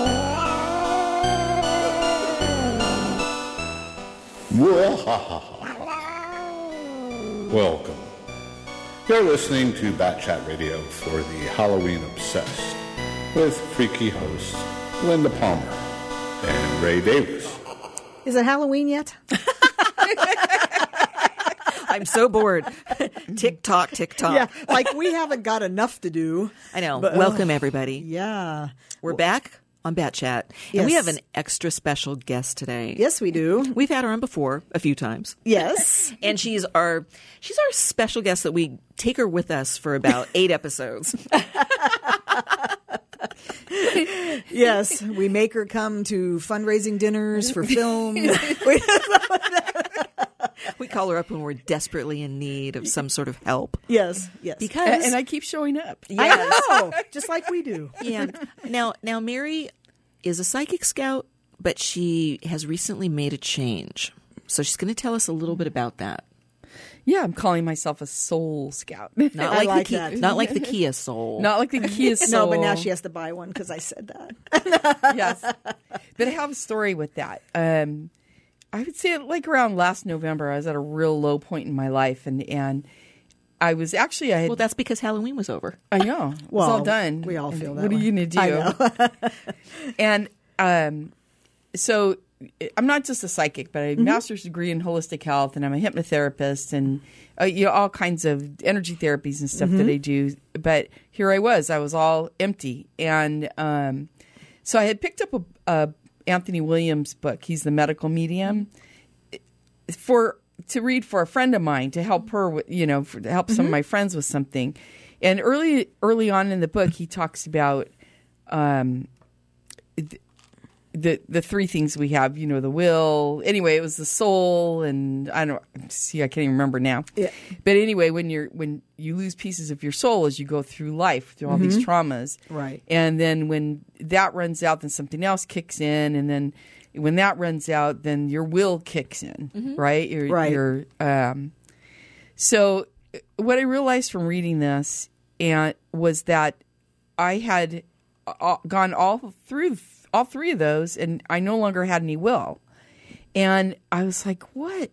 Welcome. You're listening to Bat Chat Radio for the Halloween Obsessed with freaky hosts Linda Palmer and Ray Davis. Is it Halloween yet? I'm so bored. tick tock, tick tock. Yeah, like we haven't got enough to do. I know. But, uh, Welcome, everybody. Yeah. We're back on Bat Chat. And we Yes. have an extra special guest today. Yes, we do. We've had her on before a few times. Yes. And she's our she's our special guest that we take her with us for about eight episodes. Yes. We make her come to fundraising dinners for film. We- We call her up when we're desperately in need of some sort of help. yes. Yes. Because and, and I keep showing up. I know. Just like we do. yeah. Now, now Mary is a psychic scout, but she has recently made a change. So she's going to tell us a little bit about that. Yeah, I'm calling myself a soul scout. Not I like, like the Ki- that. not like the Kia Soul. Not like the Kia No, soul. but now she has to buy one because I said that. yes. But I have a story with that. Um, I would say like around last November, I was at a real low point in my life, and and I was actually I had, Well, that's because Halloween was over. I know it's Well, all done. we all And feel that What are way. you gonna do? and um, so I'm not just a psychic, but I Mm-hmm. have a master's degree in holistic health, and I'm a hypnotherapist, and uh, you know all kinds of energy therapies and stuff Mm-hmm. that I do. But here I was, I was all empty, and um, so I had picked up a, a Anthony Williams book. He's the medical medium for to read for a friend of mine to help her with you know for, to help some of my friends with something and early early on in the book he talks about um th- the the three things we have you know the will anyway it was the soul and i don't see i can't even remember now Yeah. but anyway when you're when you lose pieces of your soul as you go through life through all these traumas Mm-hmm. Right. and then when that runs out, then something else kicks in, and then when that runs out, then your will kicks in, right? Your, Mm-hmm. Right. Your, um, so uh, what I realized from reading this and was that I had uh, gone all through all three of those, and I no longer had any will, and I was like, what?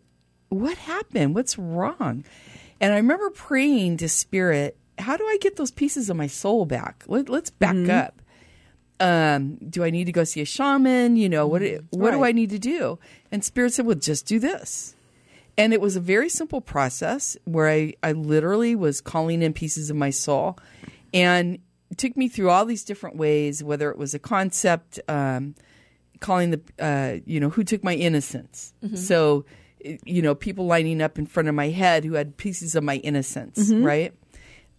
What happened? What's wrong? And I remember praying to spirit, how do I get those pieces of my soul back? Let, let's back up um, do I need to go see a shaman? You know, what do- what do Right. I need to do? And spirit said, well, just do this. And it was a very simple process where I, I literally was calling in pieces of my soul and it took me through all these different ways, whether it was a concept, um, calling the, uh, you know, who took my innocence. So, i- you know, people lining up in front of my head who had pieces of my innocence, right?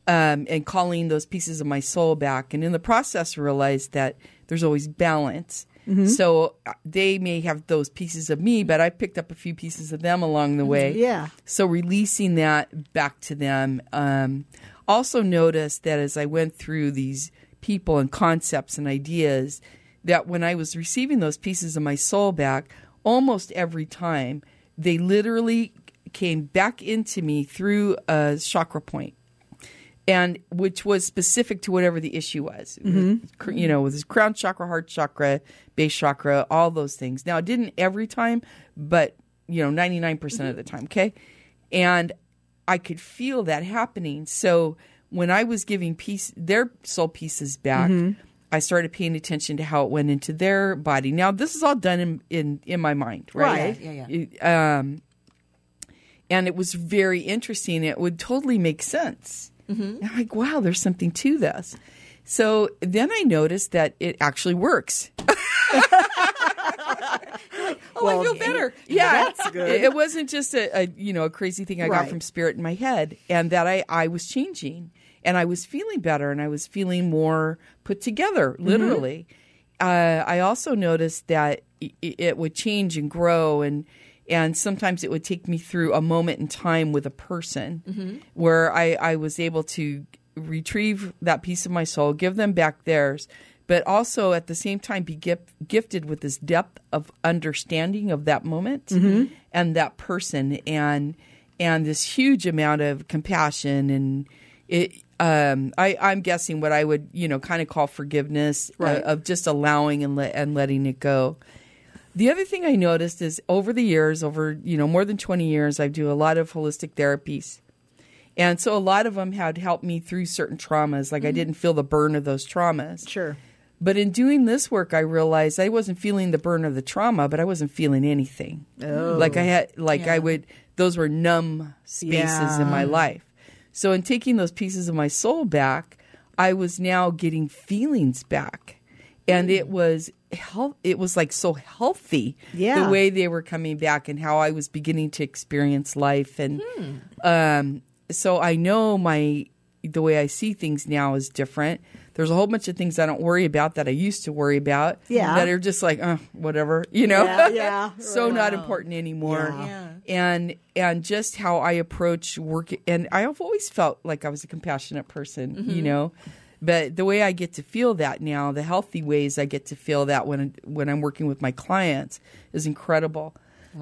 um, and calling those pieces of my soul back. And in the process, realized that there's always balance. So uh, they may have those pieces of me, but I picked up a few pieces of them along the way. Yeah. So releasing that back to them. Um, also noticed that as I went through these people and concepts and ideas, that when I was receiving those pieces of my soul back, almost every time they literally came back into me through a chakra point and which was specific to whatever the issue was. It was cr- You know, with his crown chakra, heart chakra, base chakra, all those things. Now, it didn't every time, but you know, ninety nine percent of the time. Okay, and I could feel that happening. So when I was giving piece their soul pieces back. I started paying attention to how it went into their body. Now, this is all done in in, in my mind, right? Right. Yeah, yeah, yeah. Um, and it was very interesting. It would totally make sense. Mm-hmm. And I'm like, wow, there's something to this. So then I noticed that it actually works. Oh, I feel better. Yeah, That's good. It, it wasn't just a, a you know a crazy thing I Right. got from spirit in my head, and that I I was changing, and I was feeling better, and I was feeling more put together, literally. Uh, I also noticed that i- i- it would change and grow, and and sometimes it would take me through a moment in time with a person where I I was able to retrieve that piece of my soul, give them back theirs. But also at the same time, be gift, gifted with this depth of understanding of that moment and that person, and and this huge amount of compassion and it. Um, I, I'm guessing what I would you know kind of call forgiveness uh, Right. of just allowing and let and letting it go. The other thing I noticed is over the years, over you know more than 20 years, I do a lot of holistic therapies. And so a lot of them had helped me through certain traumas. Like I didn't feel the burn of those traumas. Mm-hmm. Sure. But in doing this work, I realized I wasn't feeling the burn of the trauma, but I wasn't feeling anything. Oh. Like I had, like I would, those were numb spaces in Yeah. my life. So in taking those pieces of my soul back, I was now getting feelings back. And Mm. it was health, it was like so healthy Yeah. the way they were coming back and how I was beginning to experience life. And Hmm. um, so I know my the way I see things now is different. There's a whole bunch of things I don't worry about that I used to worry about. Yeah. That are just like, uh, whatever, you know? Yeah, yeah. so not important anymore. Yeah. Yeah. And and just how I approach work and I've always felt like I was a compassionate person, Mm-hmm. you know. But the way I get to feel that now, the healthy ways I get to feel that when when I'm working with my clients is incredible.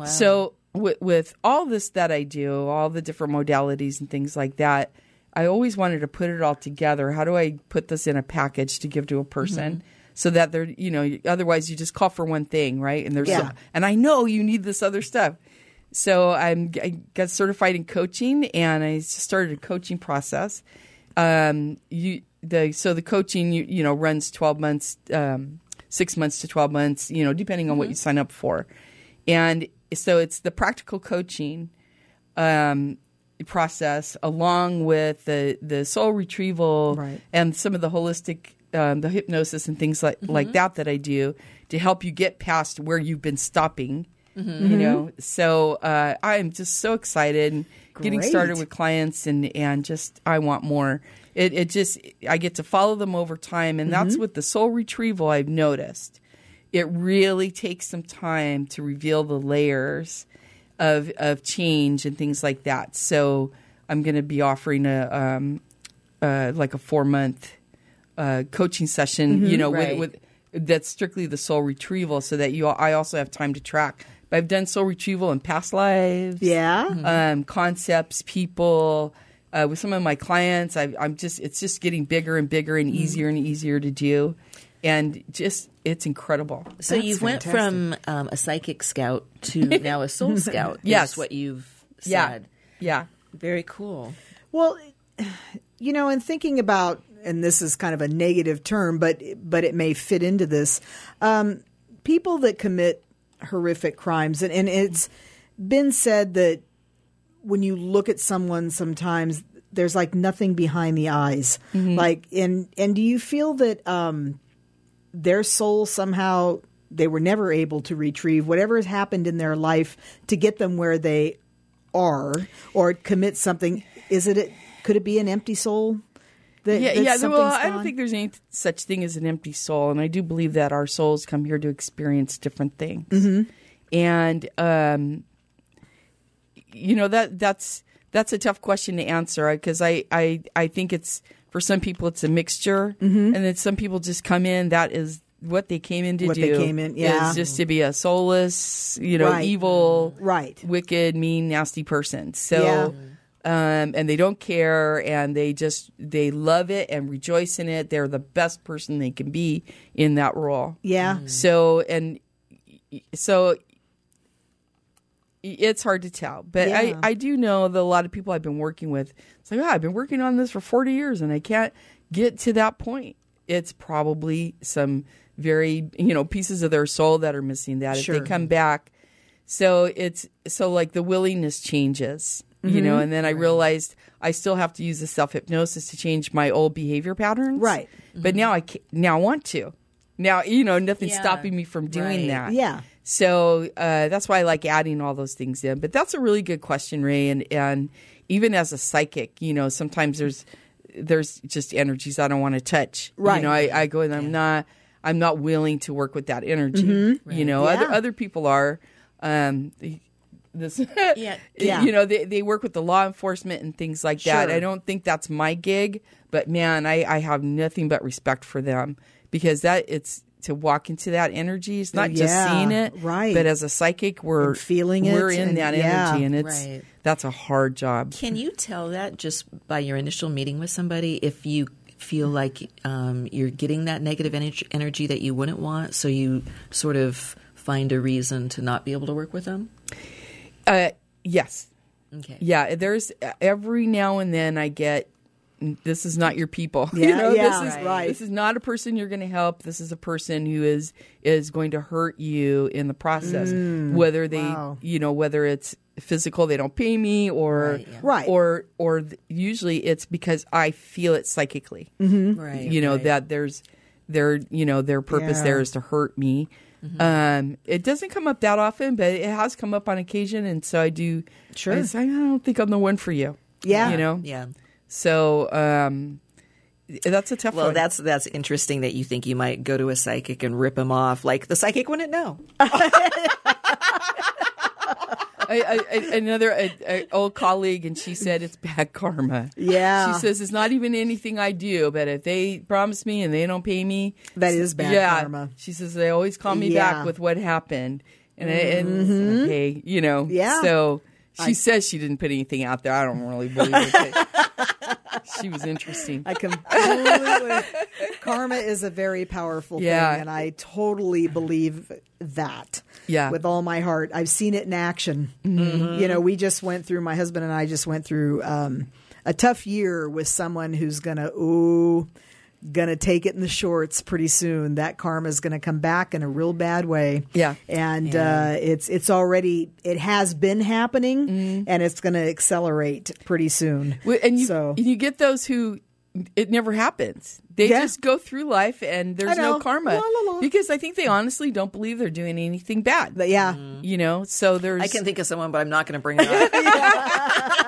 So with, with all this that I do, all the different modalities and things like that, I always wanted to put it all together. How do I put this in a package to give to a person so that they're, you know, otherwise you just call for one thing, right? And there's Yeah. some- and I know you need this other stuff. So I'm, I got certified in coaching and I started a coaching process. Um, you the so the coaching you you know runs twelve months, um, six months to twelve months, you know, depending on what you sign up for, and so it's the practical coaching um, process along with the the soul retrieval Right. and some of the holistic um, the hypnosis and things like Mm-hmm. like that that I do to help you get past where you've been stopping. Mm-hmm. You know, so uh, I'm just so excited and getting Great. started with clients and and just I want more. It it just I get to follow them over time, and that's with the soul retrieval I've noticed. It really takes some time to reveal the layers of of change and things like that. So I'm going to be offering a um, uh, like a four month uh, coaching session, you know, Right. with, with that's strictly the soul retrieval, so that you all, I also have time to track. But I've done soul retrieval in past lives, Yeah. um, concepts, people. Uh, with some of my clients, I, I'm just it's just getting bigger and bigger and easier and easier to do, and just it's incredible. So That's you went from um, a psychic scout to now a soul scout. Yes. is what you've Yeah, said. yeah. Very cool. Well, you know, in thinking about, and this is kind of a negative term, but but it may fit into this. Um, people that commit horrific crimes, and, and it's been said that when you look at someone, sometimes there's like nothing behind the eyes. Mm-hmm. Like, and and do you feel that um, their soul somehow they were never able to retrieve whatever has happened in their life to get them where they are or commit something is it a, could it be an empty soul that, Yeah, that yeah. something's Well, I gone? don't think there's any th- such thing as an empty soul, and I do believe that our souls come here to experience different things. Mm-hmm. And um, you know that that's that's a tough question to answer because I, I I think it's for some people it's a mixture, and then some people just come in that is what they came in to Mm-hmm. What do. they came in- yeah. is just to be a soulless, you know, Right. evil, Right. wicked, mean, nasty person. So, um, and they don't care, and they just they love it and rejoice in it. They're the best person they can be in that role. yeah So and so it's hard to tell, but I Yeah. I do know that a lot of people I've been working with. It's like, oh, I've been working on this for forty years, and I can't get to that point. It's probably some very you know pieces of their soul that are missing that Sure. if they come back. So it's so like the willingness changes, you know, Mm-hmm. and then I realized I still have to use the self hypnosis to change my old behavior patterns, Right. Mm-hmm. But now I ca now I want to. Now you know nothing's Yeah. stopping me from doing Right. that. Yeah. So uh, that's why I like adding all those things in. But that's a really good question, Ray. And and even as a psychic, you know, sometimes there's there's just energies I don't want to touch. Right. You know, I, I go and I'm not I'm not willing to work with that energy. You know, other Mm-hmm. Yeah. other people are. Um, this, Yeah. Yeah. you know, they they work with the law enforcement and things like that. Sure. I don't think that's my gig, but man, I I have nothing but respect for them because that it's to walk into that energy. It's not just Yeah, seeing it, right. But as a psychic, we're And feeling it We're in and- that yeah. energy, and it's Right. that's a hard job. Can you tell that just by your initial meeting with somebody if you feel like um, you're getting that negative ener- energy that you wouldn't want? So you sort of find a reason to not be able to work with them? Uh, yes. Okay. Yeah. There's every now and then I get, this is not your people. you Yeah, know, yeah, this is right. this is not a person you're going to help. This is a person who is is going to hurt you in the process. whether they, Mm. wow. you know, whether it's physical, they don't pay me, or Right, yeah. Right. or or th- usually it's because I feel it psychically Mm-hmm. Right. you know right. that there's their you know their purpose Yeah. there is to hurt me um it doesn't come up that often but it has come up on occasion and so i do Sure. i, say, I don't think i'm the one for you Yeah. you know Yeah. so um that's a tough Well, one that's that's interesting that you think you might go to a psychic and rip him off. Like the psychic wouldn't know. I, I, I, another a, a old colleague and she said it's bad karma Yeah. she says it's not even anything i do but if they promise me and they don't pay me That is bad yeah. karma. She says they always call me Yeah. Mm-hmm. back with what happened, and, I- and okay, you know, Yeah. So she says she didn't put anything out there. I don't really believe it. but she was interesting. I completely. karma is a very powerful Yeah. thing, and I totally believe that. Yeah. Mm-hmm. with all my heart. I've seen it in action. You know, we just went through. My husband and I just went through um, a tough year with someone who's gonna ooh, gonna take it in the shorts pretty soon. That karma is gonna come back in a real bad way. Yeah. and Uh, it's it's already it has been happening, and it's gonna accelerate pretty soon. Mm-hmm. Well, And you so. and you get those who it never happens. They Yeah. just go through life and there's know. no karma La, la, la. because I think they honestly don't believe they're doing anything bad. but yeah, you know, so there's I can think of someone, but I'm not going to bring it up.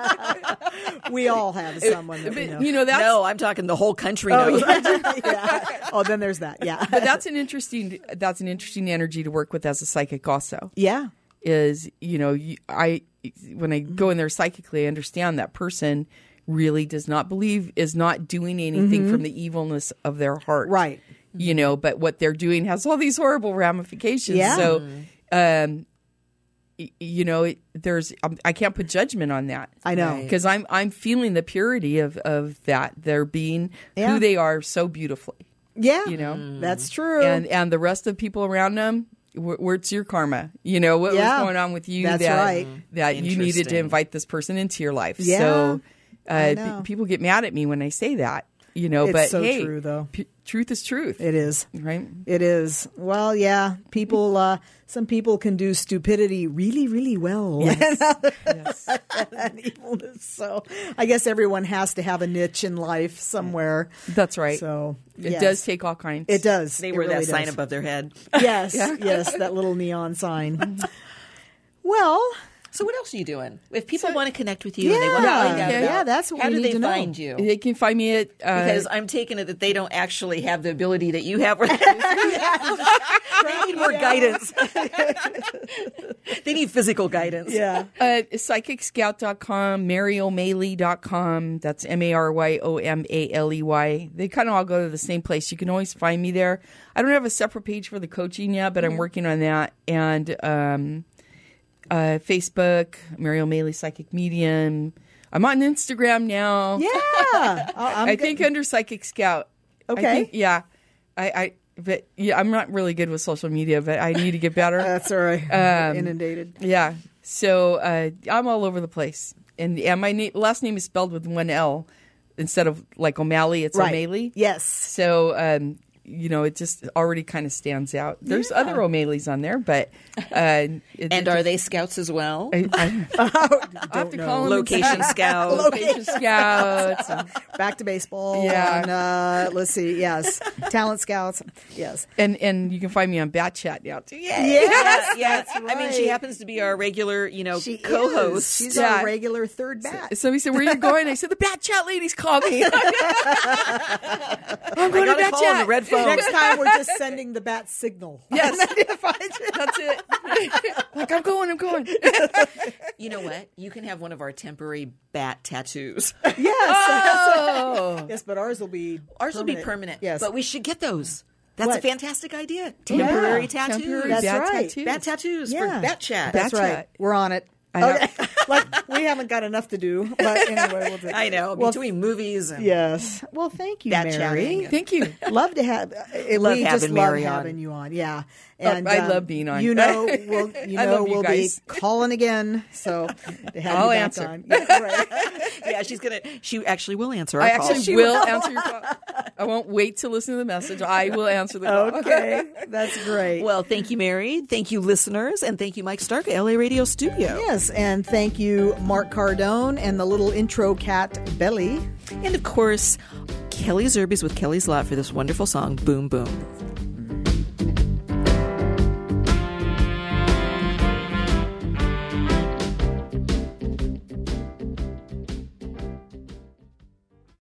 we all have someone that we know. but, you know that's no, I'm talking the whole country Oh, knows. yeah. Yeah. oh, then there's that. Yeah. but that's an interesting that's an interesting energy to work with as a psychic also. yeah. is you know you- i when i go in there psychically i understand that person really does not believe is not doing anything from the evilness of their heart Mm-hmm. Right. you know but what they're doing has all these horrible ramifications Yeah. so um y- you know it, there's um, i can't put judgment on that I know. Right. because i'm i'm feeling the purity of of that they're being Yeah. who they are so beautifully Yeah. Mm. you know Mm. That's true. and and the rest of people around them wh- where's your karma you know what Yeah. was going on with you That's that, right. Mm. that you needed to Interesting. invite this person into your life Yeah. so I uh, p- know. people get mad at me when i say that you know It's but so hey true, though. p- truth is truth it is. right It is. Well, yeah. People, uh, some people can do stupidity really, really well. yes. And evilness. so I guess everyone has to have a niche in life somewhere. that's right So it yes. does take all kinds It does. They It wear that really sign does. above their head. Yes. Yes. That little neon sign. well, So what else are you doing? If people want to connect with you and they want Yeah. to find out Yeah, about, that's what how we do need they to know. find you? they can find me at uh, because I'm taking it that they don't actually have the ability that you have. they need more guidance. they need physical guidance. yeah. Uh, psychicscout.com, maryomaley.com. That's M A R Y O M A L E Y. They kind of all go to the same place. You can always find me there. I don't have a separate page for the coaching yet, but Mm-hmm. I'm working on that. And um, uh, Facebook, Mary O'Maley Psychic Medium. I'm on Instagram now. Yeah. I- I'm i go- think under Psychic Scout. I Okay. think- yeah. I, I, but yeah, I'm not really good with social media, but I need to get better. that's all right. Um, Inundated. Yeah. So uh, I'm all over the place, and and my na- last name is spelled with one L instead of like O'Malley. It's Right. O'Malley. Yes. So um, you know, it just already kind of stands out. There's other O'Malleys on there, but uh, it- And are they scouts as well? I, I, I have to call them Location scout. location scouts. and- back to baseball. Yeah. And, uh, let's see. Yes. Talent scouts. Yes. And and you can find me on Bat Chat now too. Yeah. Yeah, Yes. yeah. That's I mean, she right. happens to be our regular, you know, She co-host. Is. She's Yeah. our regular third bat. Somebody said, "Where are you going?" I said, "The Bat Chat ladies call me." I'm I going to got a Bat call on Chat. the red phone. Next time, we're just sending the bat signal. Yes. That's it. like, I'm going, I'm going. You know what? You can have one of our temporary bat tattoos. Yes. Oh. yes, but ours will be Ours will be permanent. Yes. But we should get those. That's What? a fantastic idea. Temporary tattoos. Temporary That's bat right. tattoos. Bat tattoos Yeah. for bat chat. That's Bat right. chat. We're on it. know. Okay. like we haven't got enough to do, but anyway, we'll do. I know. Well, between movies and yes. Well, thank you, Bat Mary. chatting. Thank you. Love to have. uh, Love we just having love Mary on. having you on. Yeah, And Oh, um, I love being on. You know, we'll, you I know, love you we'll guys. be calling again. So to have I'll you back answer. on. Yeah, right. yeah, she's gonna. She actually will answer. Our I calls. actually will answer your call. I won't wait to listen to the message. I will answer the call. Okay, that's great. Well, thank you, Mary. Thank you, listeners, and thank you, Mike Stark, LA Radio Studio. Yes, and thank you, Mark Cardone and the little intro cat Belly. And of course, Kelly Zerbe's with Kelly's Lot for this wonderful song, Boom Boom.